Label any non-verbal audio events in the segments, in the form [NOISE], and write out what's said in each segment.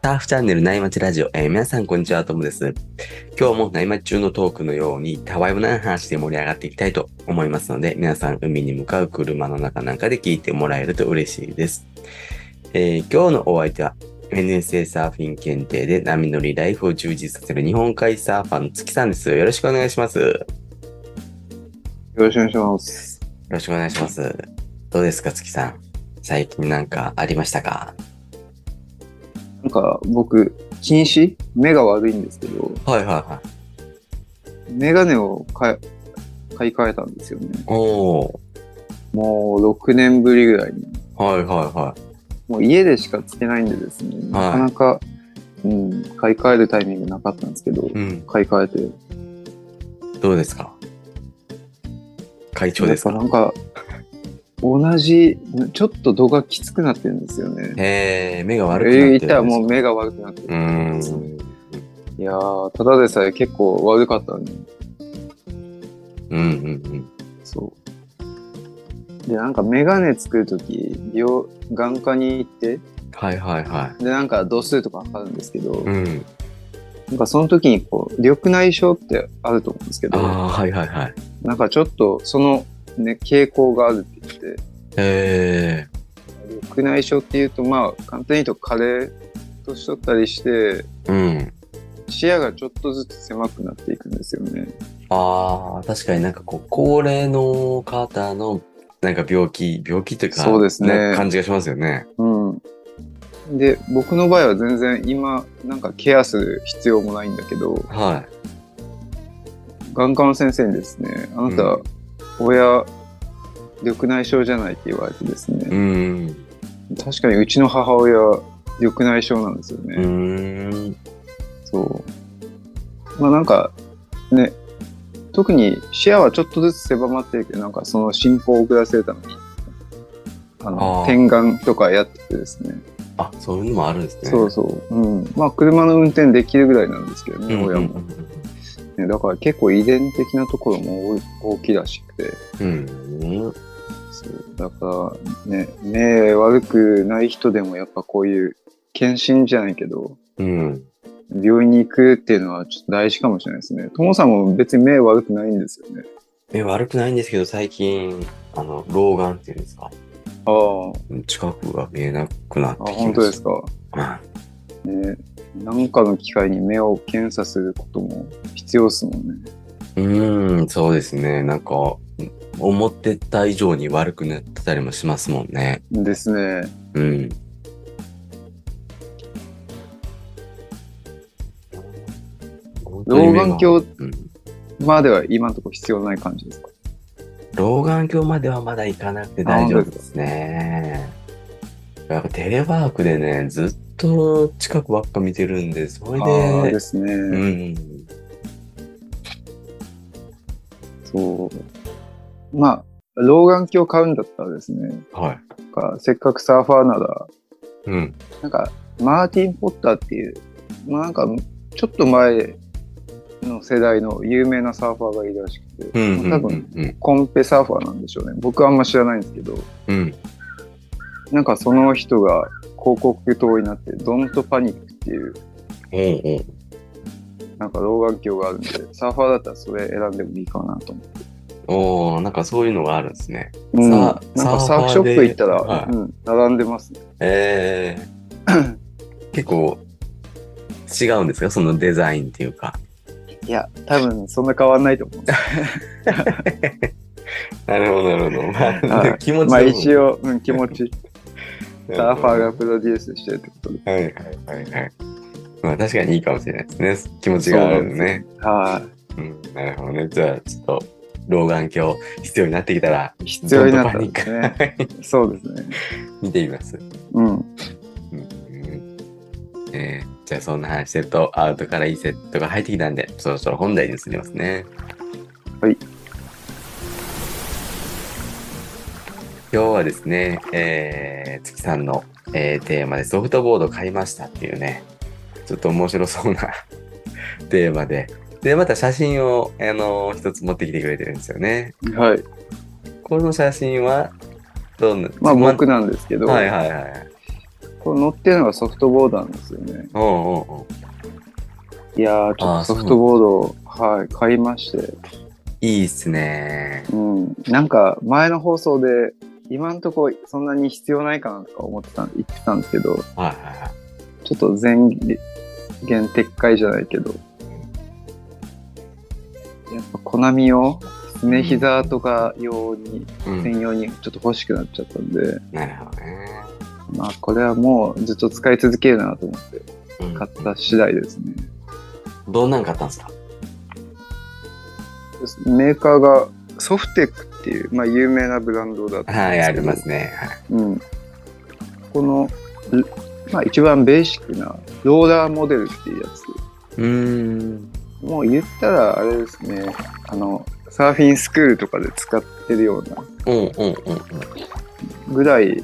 ターフチャンネル内町ラジオ、えー皆さんこんにちは、ともです。今日も内町中のトークのように、たわいもない話で盛り上がっていきたいと思いますので、皆さん海に向かう車の中なんかで聞いてもらえると嬉しいです。えー今日のお相手は、NSA サーフィン検定で波乗りライフを充実させる日本海サーファーの月さんです。よろしくお願いします。よよろしくお願いします。ろしくお願いします。どうですか、月さん。最近なんかありましたかなんか僕、近視目が悪いんですけど、はいはいはい。メガネを買い買い替えたんですよね。おー。もう6年ぶりぐらいに。はいはいはい。もう家でしかつけないんでですね、はいなかなか、うん、買い替えるタイミングなかったんですけど、うん、買い替えて。どうですか会長ですやかっぱなんか、同じ、ちょっと度がきつくなってるんですよね。えー、目がえ悪くなってるんー、で言すったらもう目が悪くなってるうーん。いやー、ただでさえ結構悪かったのに。うんうんそう。で、なんかメガネ作るとき、美容、眼科に行って、うん。はいはいはで、なんか度数とか測るんですけど、い。うん。なんかその時にこう、緑内障ってあると思うんですけあど、あ、はいはいはい。なんかちょっとその、ね、傾向があるって言って、え緑内障っていうと、まあ、簡単に言うと加齢としとったりして、ー、うん。視野がちょっとずつ狭くなっていくんですよね。ああ、確かになんかこう、高齢の方のなんか病気、病気というか、そうですねなんか感じがしますよね。うん。で、僕の場合は全然今、なんかケアする必要もないんだけど、は眼科の先生にですね、あなた、うん親、緑内障じゃないって言われてですい。うね、ん。確かにうちの母親、緑内障なんですようね。ーん。そう。まあなんか、ね、特に視野はちょっとずつ狭まってるけど、なんかその進行を遅らせるために、あの、あー点眼とかやっててですね。あ、そういうのもあるんですね。そうそう。うん。まあ車の運転できるぐらいなんですけどうね、ん。親うんも、ね。だから結構遺伝的なところも多い大きいらしくて。うん。うん。そうだからね目悪くない人でもやっぱこういう検診じゃないけどうん。病院に行くっていうのはちょっと大事かもしれないですね。ともさんも別に目悪くないんですよね。目悪くないんですけど、最近、あの、老眼っていうんですか。ああ、近くが見えなくなってきました。本当ですか。か。ね、なんかの機会に目を検査することも必要ですもんね。うーん、そうですね。なんか、思ってた以上に悪くなってたりもしますもんね。ですね。うん。老眼鏡うんまでは今のところ必要ない感じですか。老眼鏡まではまだ行かなくて大丈夫ですね。やっぱテレワークでね、ずっと近くばっか見てるんで、それああで、ですね。うん。そう。まあ、老眼鏡買うんだったらですね、はい。なんかせっかくサーファーなら、うん。なんか、マーティン・ポッターっていう、まあなんか、ちょっと前の世代の有名なサーファーがいるらしくて、うん。うんまあ多分、。うんコンペサーファーなんでしょうね。僕はあんま知らないんですけど、うん。なんかその人が広告塔になって、ドントパニックっていう、おうおうなんか老眼鏡があるんで、サーファーだったらそれ選んでもいいかなと思って。おおなんかそういうのがあるんですね。うん、なんサかーサーフショップ行ったら、サーファーうん、並んでますね。ええ結構違うんですかそのデザインっていうか。いや、多分そんな変わんないと思うんですなるほど、な [LAUGHS] るほど。まはあ、い気持ちのまあ一応、うん、気持ち、 [LAUGHS] うんサーファーがプロデュースしてるってことではいはいはいはい。まあ確かにいいかもしれないですね。気持ちがあるのね。はうん、なるほどね。じゃあちょっと老眼鏡必要になってきたらい。必要になったドんンとですパニッね。クそうですね。見てみます。うん。うんうんえーじゃあそんな話してるとアウトからいいセットが入ってきたんでそろそろ本題に移りますねはい今日はですね、えー月さんの、えーテーマでソフトボード買いましたっていうねちょっと面白そうな [LAUGHS] テーマででまた写真を、あの一つ持ってきてくれてるんですよねはい。この写真はどんなまあ僕のなんですけど、はいはいはいこれ乗ってるのがソフトボードなんですよね。おうおうおういやー、ちょっあーとソフトボードを、はい、買いまして、いいっすね。うん。なんか、前の放送で、今んとこそんなに必要ないかなとか思ってた、言ってたんですけど、はいはいはい。ちょっと全限撤回じゃないけど、やっぱ、コナミを、すね膝とか用に、うん、専用にちょっと欲しくなっちゃったんで、なるほどね。まあ、これはもうずっと使い続けるなと思って、うん買った次第ですね。どんなん買ったんですかメーカーがソフテックっていう、まあ、有名なブランドだったんですけどはい、ありますね。はいうん、この、うまあ、一番ベーシックなローラーモデルっていうやつうーん。もう言ったらあれですねあのサーフィンスクールとかで使ってるようなうんうんうんうん。ぐらい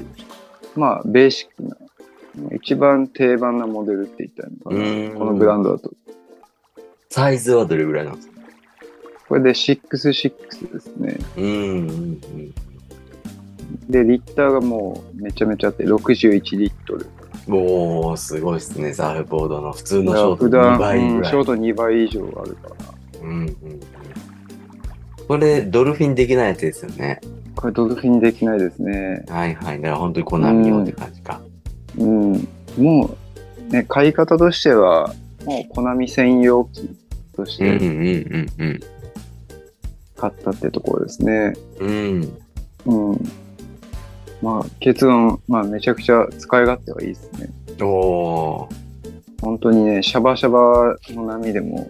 まあベーシックな一番定番なモデルって言ったらいいうのかなんこのブランドだとサイズはどれぐらいなんですかこれで66ですねうーんうんでリッターがもうめちゃめちゃあって61リットルうん。おー、すごいっすね。サーフボードの普通のだかショーらト普の2段倍うぐんらシい。ョート2倍以上あるからうんうんうん。これ、ドルフィンできないやつですよね。これドルフィンできないですねはいはい。だから本当にコナミ用って感じか。うん、もう、ね、買い方としては、もう、コナミ専用機としうんうんてうん買ったってところですね。うん。うん。うん。まあ、結論、まあ、めちゃくちゃ使い勝手はいいですね。おー。本当にね、シャバシャバの波でも、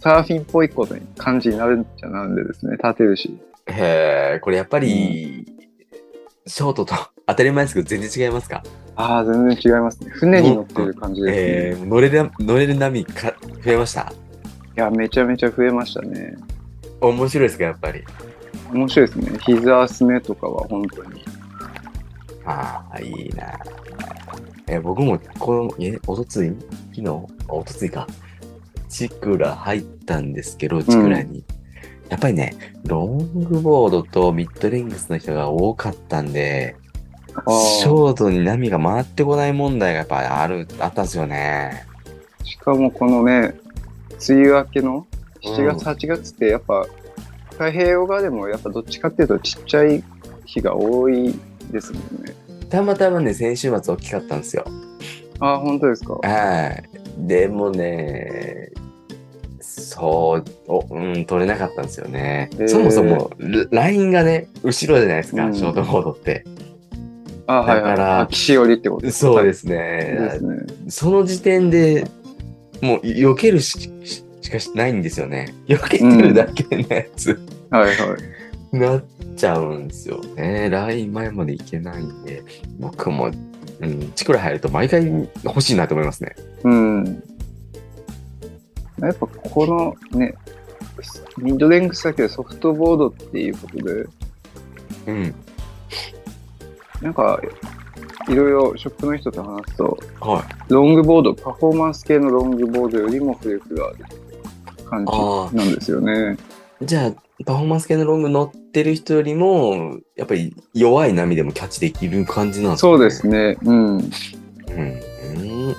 サーフィンっぽいことに感じになるんじゃなんでですね、立てるし。へえ、これやっぱり、ショートと [LAUGHS] 当たり前ですけど全然違いますかああ、全然違いますね。船に乗ってる感じですね。えー、乗れる乗れる波か増えましたいや、めちゃめちゃ増えましたね。面白いですかやっぱり。面白いですね。膝、すねとかは本当に。ああ、いいな。えー僕もこの、え、おとつい昨日あおとついか。チクラ入ったんですけど、チクラに。やっぱりね、ロングボードとミッドレングスの人が多かったんで、あーショートに波が回ってこない問題がやっぱりある、あったんですよね。しかもこのね、梅雨明けの7月、う8月ってやっぱ、太平洋側でもやっぱどっちかっていうとちっちゃい日が多いですもんね。たまたまね、先週末大きかったんですよ。ああ、本当ですか。はい。でもね、そう、おうん、取れなかったんですよね。えーそもそも、ルラインがね、後ろじゃないですか、うんショートボードって。ああ、はいはい。だからあ岸寄りってことそうですでねす。ね。その時点でもう、避けるしししかしないんですよね。避けてるだけのやつ、はいはい。なっちゃうんですよね。ライン前まで行けないんで、僕も、うん、チクラ入ると毎回欲しいなと思いますね。うん。やっぱこのね、ミッドレングスだけどソフトボードっていうことで、うん。なんか、いろいろショップの人と話すと、はい。ロングボード、パフォーマンス系のロングボードよりも浮力がある感あじなんですよね。じゃあ、パフォーマンス系のロング乗ってる人よりも、やっぱり弱い波でもキャッチできる感じなんですね。そうですね。ううん。うん。ん。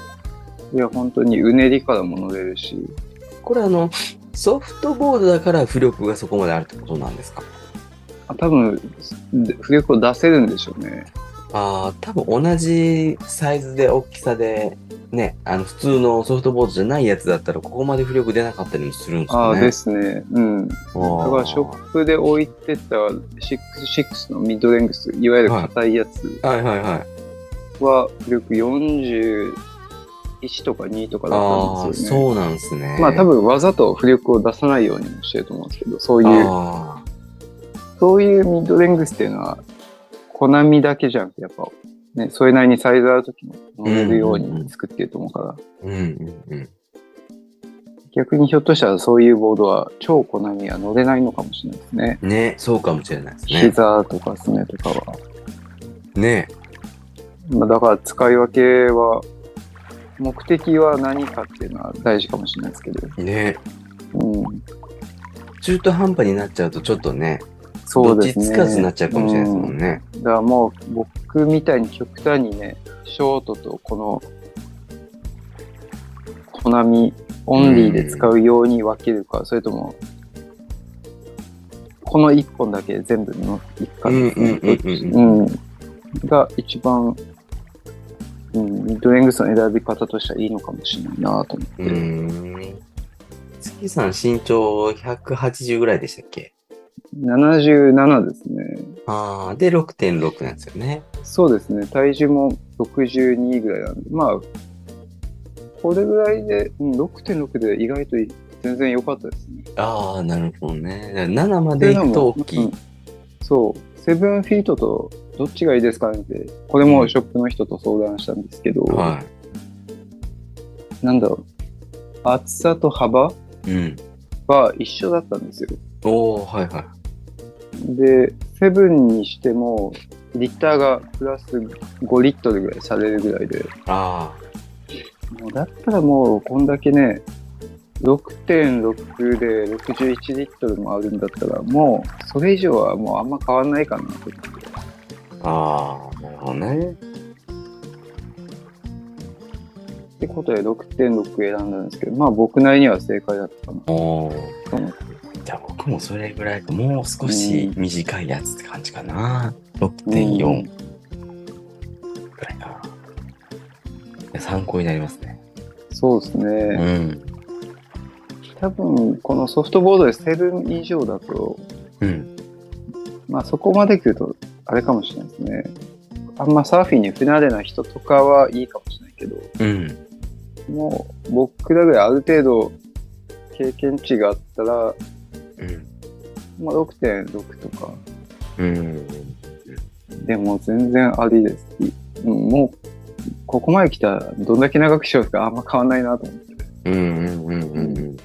いや、本当にうねりからも乗れるし、これあの、ソフトボードだから浮力がそこまであるってことなんですかあ多分、で浮力を出せるんでしょうね。ああ、多分同じサイズで大きさで、ね、あの、普通のソフトボードじゃないやつだったら、ここまで浮力出なかったりもするんですあかあ、ね。ですね。うん。だあかー。ら、ショップで置いてた66のミッドレングス、いわゆる硬いやつはいはいはい。は、浮力41とか2とかだったあんあ、ですよね。そうなんですね。まあ多分わざと浮力を出さないようにもしてると思うんですけど、そういうあそういうミッドレングスっていうのは、コナミだけじゃなくて、やっぱ、ね、それなりにサイズある時も乗れるように作ってると思うから、ーうんうんうん。逆にひょっとしたらそういうボードは超コナミは乗れないのかもしれないですね。ね、そうかもしれないですね。膝とかすねとかは。ね。まあ、だから使い分けは、目的は何かっていうのは大事かもしれないですけど。ね。うん。中途半端になっちゃうとちょっとねそうですどっね。ちつかずになっちゃうかもしれないですもんね。だからもう僕みたいに極端にねショートとこのコナミオンリーで使うように分けるか、それともこの1本だけ全部の一うかんですうねんうんうん。うんが一番、うん、ミッドレングスの選び方としてはいいのかもしれないなと思って、うーん。月さん身長180ぐらいでしたっけ77ですねああ、で6.6なんですよね。そうですね、体重も62ぐらいなんで、まあ、これぐらいで、うん、6.6で意外とい全然良かったですね。ああ、なるほどね。だから7までいくと大きういん。そう、セブンフィートとどっちがいいですかねって、これもショップの人と相談したんですけど、はなんだろう、厚さと幅い。うん。は一緒だったんですよ。おおはいはで、セブンにしても、リッターがプラス5リットルぐらいされるぐらいで、い。あもうだったらもうこんだけね6.6で61リットルもあるんだったらもうそれ以上はもうあんま変わんないかなと思ってあ、ああ、なるほどね。ってことで6.6選んだんですけどまあ僕なりには正解だったかなおお。と思ってじゃあ僕もそれぐらいか、もう少し短いやつって感じかな。6.4ぐらいかな。いや参考になりますね。そうですうねん。多分このソフトボードで7以上だとうん。まあそこまで来るとあれかもしれないですねあんまサーフィンに不慣れな人とかはいいかもしれないけどうん。もう僕らぐらいある程度経験値があったらうん。まあ、6.6とか。うん。でも全然ありです。うんもう、ここまで来たらどんだけ長くしようかあんま変わんないなと思っうて。んうんうんうんうん。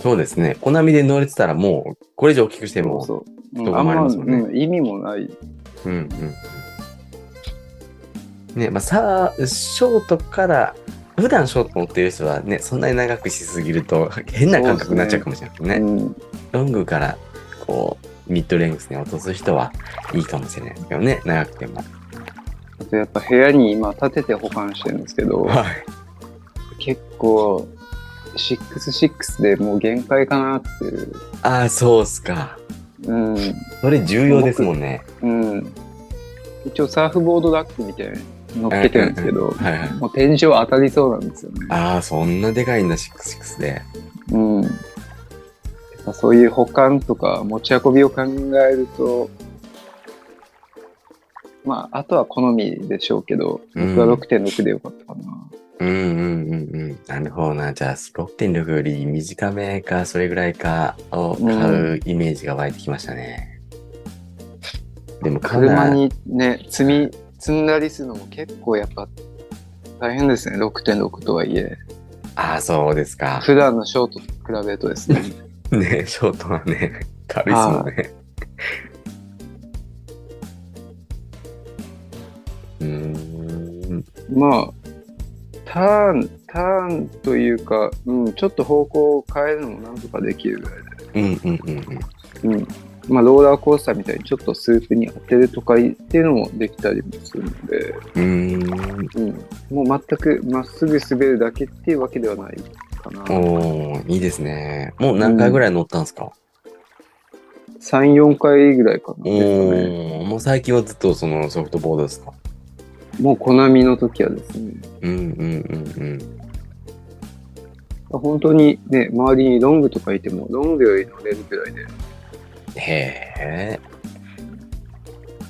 そうですね。コナミで乗れてたらもう、これ以上大きくしても。そう。うんどこあんもありま、ますもんねうん意味もない。うんうんうん。ね、まあさあ、ショートから、普段ショート乗ってる人はね、そんなに長くしすぎると変な感覚になっちゃうかもしれないですね。うん、ロングから、こう、ミッドレングスに落とす人はいいかもしれないですけどね、長くても。 [LAUGHS] あとやっぱ部屋に今立てて保管してるんですけど、はい。結構、66でもう限界かなっていう。ああ、そうっすか。うん。それ重要ですもんね。うん。一応サーフボードダックみたいに乗っけてるんですけうどう、はいはい。もう天井当たりそうなんですよね。ああ、そんなでかいんだ、66で。うん。やっぱそういう保管とか持ち運びを考えると、まあ、あとは好みでしょうけど、うん僕は6.6でよかったかな。うんうんうんうん。なるほどな。じゃあ、6.6より短めか、それぐらいかを買うイメージが湧いてきましたね。でも、か車なり、にね、積み、積んだりするのも結構やっぱ大変ですね、6.6とはいえ。ああ、そうですか。普段のショートと比べるとですね。ね、ショートはね、軽いですもんね。うーん。 [LAUGHS] まあ、ターン、ターンというか、うん、ちょっと方向を変えるのもなんとかできるぐらいうんうんうんうん。うんまあ、ローラーコースターみたいにちょっとスープに当てるとかっていうのもできたりもするので、うーん。うん、もう全くまっすぐ滑るだけっていうわけではないかなおー、いいですね。もう何回ぐらい乗ったんですか、 34回ぐらいかなですかねおー、もう最近はずっとそのソフトボードですかもうコナミの時はですねうんうんうんうん。本当にね周りにロングとかいてもロングより乗れるぐらいでへえ。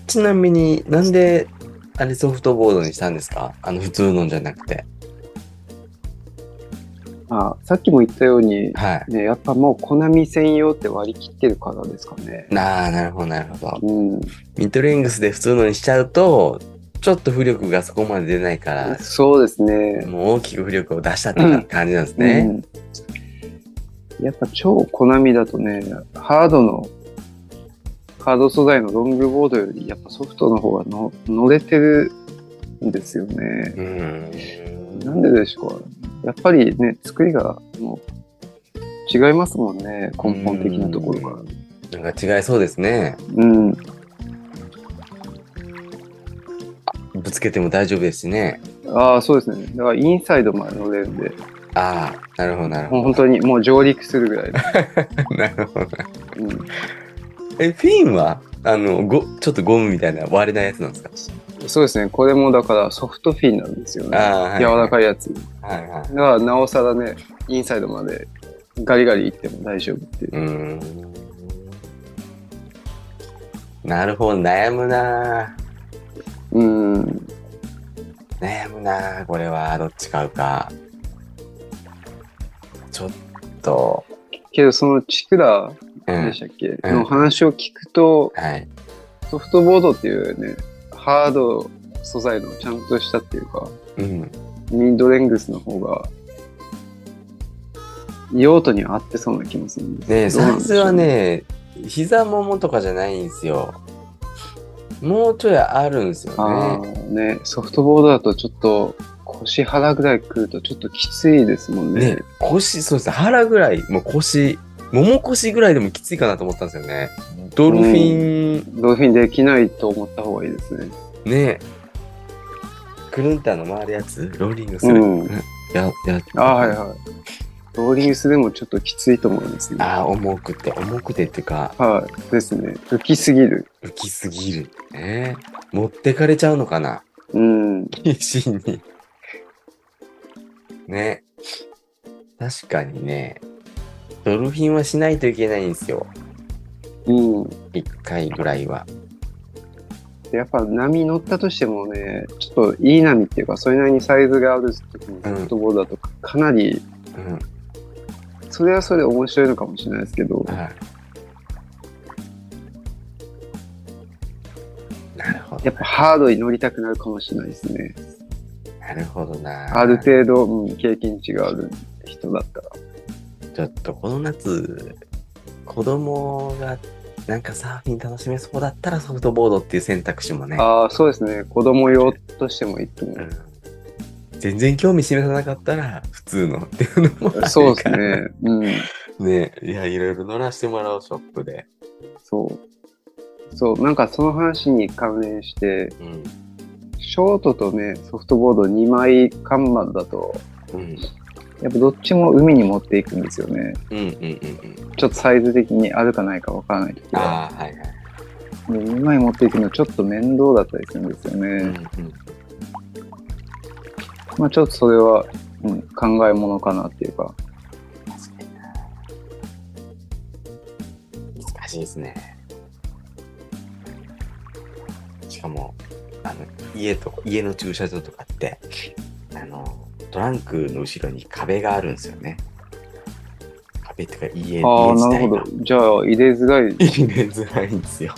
ちなみになんであれソフトボードにしたんですかあの普通のじゃなくて。あさっきも言ったように、はね、やっぱもうコナミ専用って割り切ってるからですかねい。なあ、なるほど、なるほど。うん、ミッドレングスで普通のにしちゃうと、ちょっと浮力がそこまで出ないから、そうですねもう大きく浮力を出したっていう感じなんですね。うん、やっぱ超コナミだとねハードのハード素材のロングボードよりやっぱソフトの方がの乗れてるんですよねう、ん。なんででしょうかやっぱりね作りがもう違いますもんね根本的なところから、なんか違いそうですね。うん。ぶつけても大丈夫ですしね。ああ、そうですね。だからインサイドまで乗れるんで、ああ、なるほど、なるもほう本当にもう上陸するぐらいです。ど。 [LAUGHS] なるほど。うんえ、フィンは、あの、ご、ちょっとゴムみたいな割れないやつなんですかそうですね。これもだからソフトフィンなんですよね。ああ、柔らい。かいやつ。はいはい。だからなおさらね、インサイドまでガリガリいっても大丈夫っていう。うーん。なるほど、悩むなぁうん。悩むなぁこれは、どっち買うか。ちょっと、けどそのチクラうでんし。たっけ、うんの話を聞くと、はい。ソフトボードっていうね、ハード素材のちゃんとしたっていうか、うん。ミンドレングスの方が、用途に合ってそうな気もするんですねえどうサイなんでしズょうは、ね、膝ももとかじゃないんですよ。もうちょいあるんですあよね。ーね、ソフトボードだとちょっと腰腹ぐらい来るとちょっときついですもんね。ね腰、そうですね、腹ぐらい、もう腰、もも腰ぐらいでもきついかなと思ったんですよね。ドルフィンドルフィンできないと思った方がいいですね。ねえ。クルンターの回るやつローリングする。うんや、や、ああ、はいはい。ローリングスでもちょっときついと思いますね。ああ、重くて、重くてっていうか、はい。ですね。浮きすぎる。浮きすぎる。ねえ。持ってかれちゃうのかな [LAUGHS] うん。必死に。ねえ。確かにね。ドルフィンはしないといけないんですよ。うん。一回ぐらいは。でやっぱ波乗ったとしてもね、ちょっといい波っていうか、それなりにサイズがある時にうソんフトボードだとかなり、うん。それはそれで面白いのかもしれないですけど、はい。なるほやどっ。ぱハードに乗りたくなるかもしれないですね。なるほどな。ある程度、うん経験値がある人だったら。ちょっとこの夏、子供がなんかサーフィン楽しめそうだったらソフトボードっていう選択肢もね、ああ、そうですね。子供用としてもいいと思うう。ん全然興味示さなかったら普通のっていうのもあるからそうです。 [LAUGHS] ね。うん。ねいや、いろいろ乗らせてもらおう、ショップで。そう。そう、なんかその話に関連して、うん。ショートとね、ソフトボード2枚看板だと、うん。やっぱどっちも海に持っていくんですよね。うんうんうんうん。ちょっとサイズ的にあるかないかわからない時は。ああ、はいはい。で2枚持っていくのちょっと面倒だったりするんですようね。んうんまあちょっとそれは、うん、考えものかなっていうか。難しいですね。しかも、あの、家とか、家の駐車場とかって、あの、トランクの後ろに壁があるんですよね。壁っていうか、家、あ家あ、自なる体ほがど。じゃあ入れづらい。入れづらいんですよ。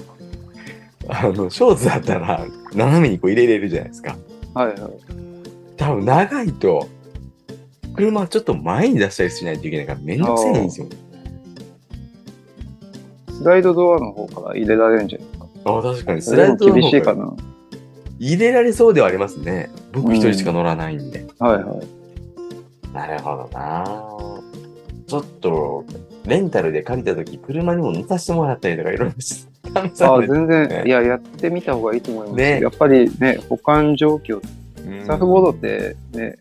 あの、ショーツだったら、斜めにこう入れれるじゃないですか。はいはい。多分、長いと、車ちょっと前に出したりしないといけないから、めんどくせえんですよ。スライドドアの方から入れられるんじゃないですか。ああ、確かに。それもの方が厳しいかな。入れられそうではありますね。僕一人しか乗らないんで。はいはい。なるほどな。ちょっと、レンタルで借りたとき、車にも乗させてもらったりとか、いろいろ試あさあれて。全ね然、いや、やってみた方がいいと思います。ねやっぱりね、保管状況、うんサーフボードっ。てね、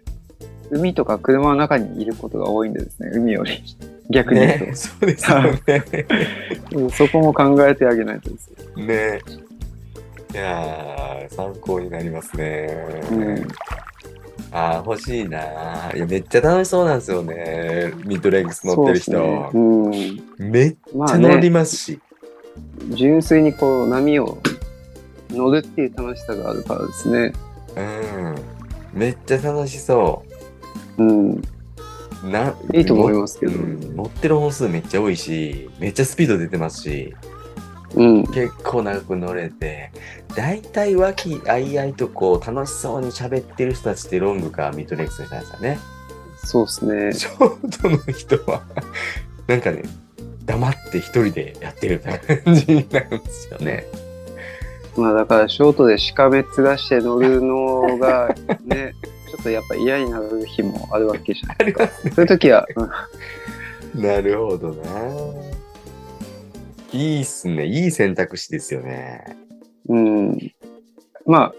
海とか車の中にいることが多いんでですね、海より。逆に言う [LAUGHS] ね、そうですよね。と、そこも考えてあげないとですね。ね。いやー、参考になりますね。うんあー、欲しいな。いや、めっちゃ楽しそうなんですよね。ミッドレングス乗ってる人。そうですね。めっちうん。まゃあ乗りね、ますし。純粋にこう、波を乗るっていう楽しさがあるからですね。うん。めっちゃ楽しそう。うん。ないいと思いますけど。うん乗ってる本数めっちゃ多いしめっちゃスピード出てますしうん。結構長く乗れて大体和気あいあいとこう楽しそうに喋ってる人たちってロングかミッドレックスの人たちだねそうですね。ショートの人はなんかね黙って一人でやってるみたいな感じになるんですよねまあだからショートでしかめっ面して乗るの [LAUGHS] がね、ちょっとやっぱ嫌になる日もあるわけじゃないですか。そういう時は、うんなるほどないいっすね。いい選択肢ですよね。うん。ま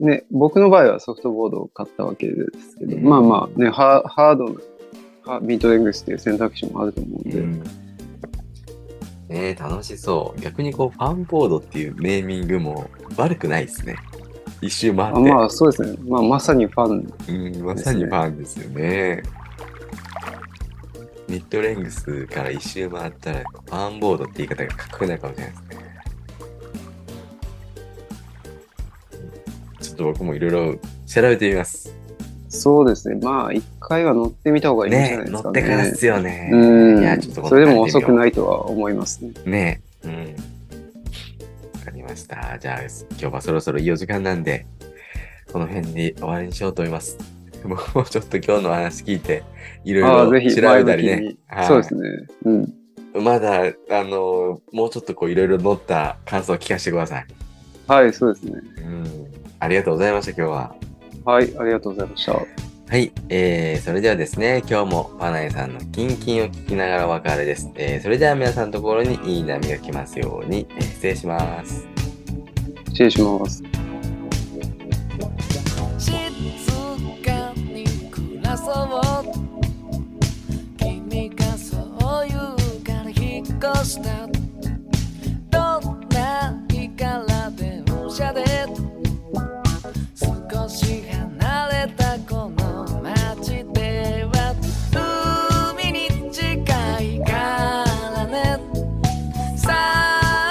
あ、ね、僕の場合はソフトボードを買ったわけですけど、うんまあまあ、ね、ハハードなハミートレングスっていう選択肢もあると思うんで、ねえ楽しそう。逆にこう、ファンボードっていうネーミングも悪くないですね。一周回っあて。まあそうですね、まあ、まさにファン、うん、まさにファンですよね。ミッドレングスから一周回ったら、ファンボードって言い方がかっこよくないかもしれないですね。ちょっと僕もいろいろ調べてみます。そうですね、まあ一回は乗ってみた方がいいんじゃねないで乗すかっね。てからっすよね。うんいや、ちょっとそれでも遅くい。ないとは思いますね。ねえ。うん。わかりました。じゃあ、今日はそろそろいいお時間なんで、この辺で終わりにしようと思います。 [LAUGHS] 僕もちょっと今日の話聞いて、いあろあ、ぜいろひ調べ前向たきりね。にはい。そうですね。うん。まだ、あの、もうちょっとこう、いろいろ乗った感想を聞かせてください。はい、そうですね。うん。ありがとうございました、今日は。はい、ありがとうございました。はい、えー、それではですね、今日もパナエさんのキンキンを聞きながらお別れです。えー、それでは皆さんのところにいい波が来ますように、えー失礼します。失礼します。静かに暮らそう君がそう言うから引っ越したどんな日から電車で少し離れたこの街では海に近いからねサ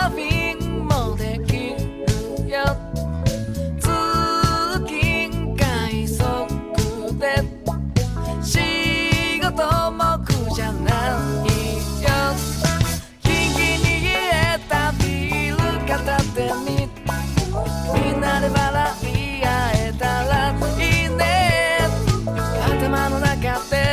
ーフィンもできるよ通勤快速で仕事も苦じゃないよキンキンに冷えたビール片手にみんなで笑い合えたらいいね頭の中で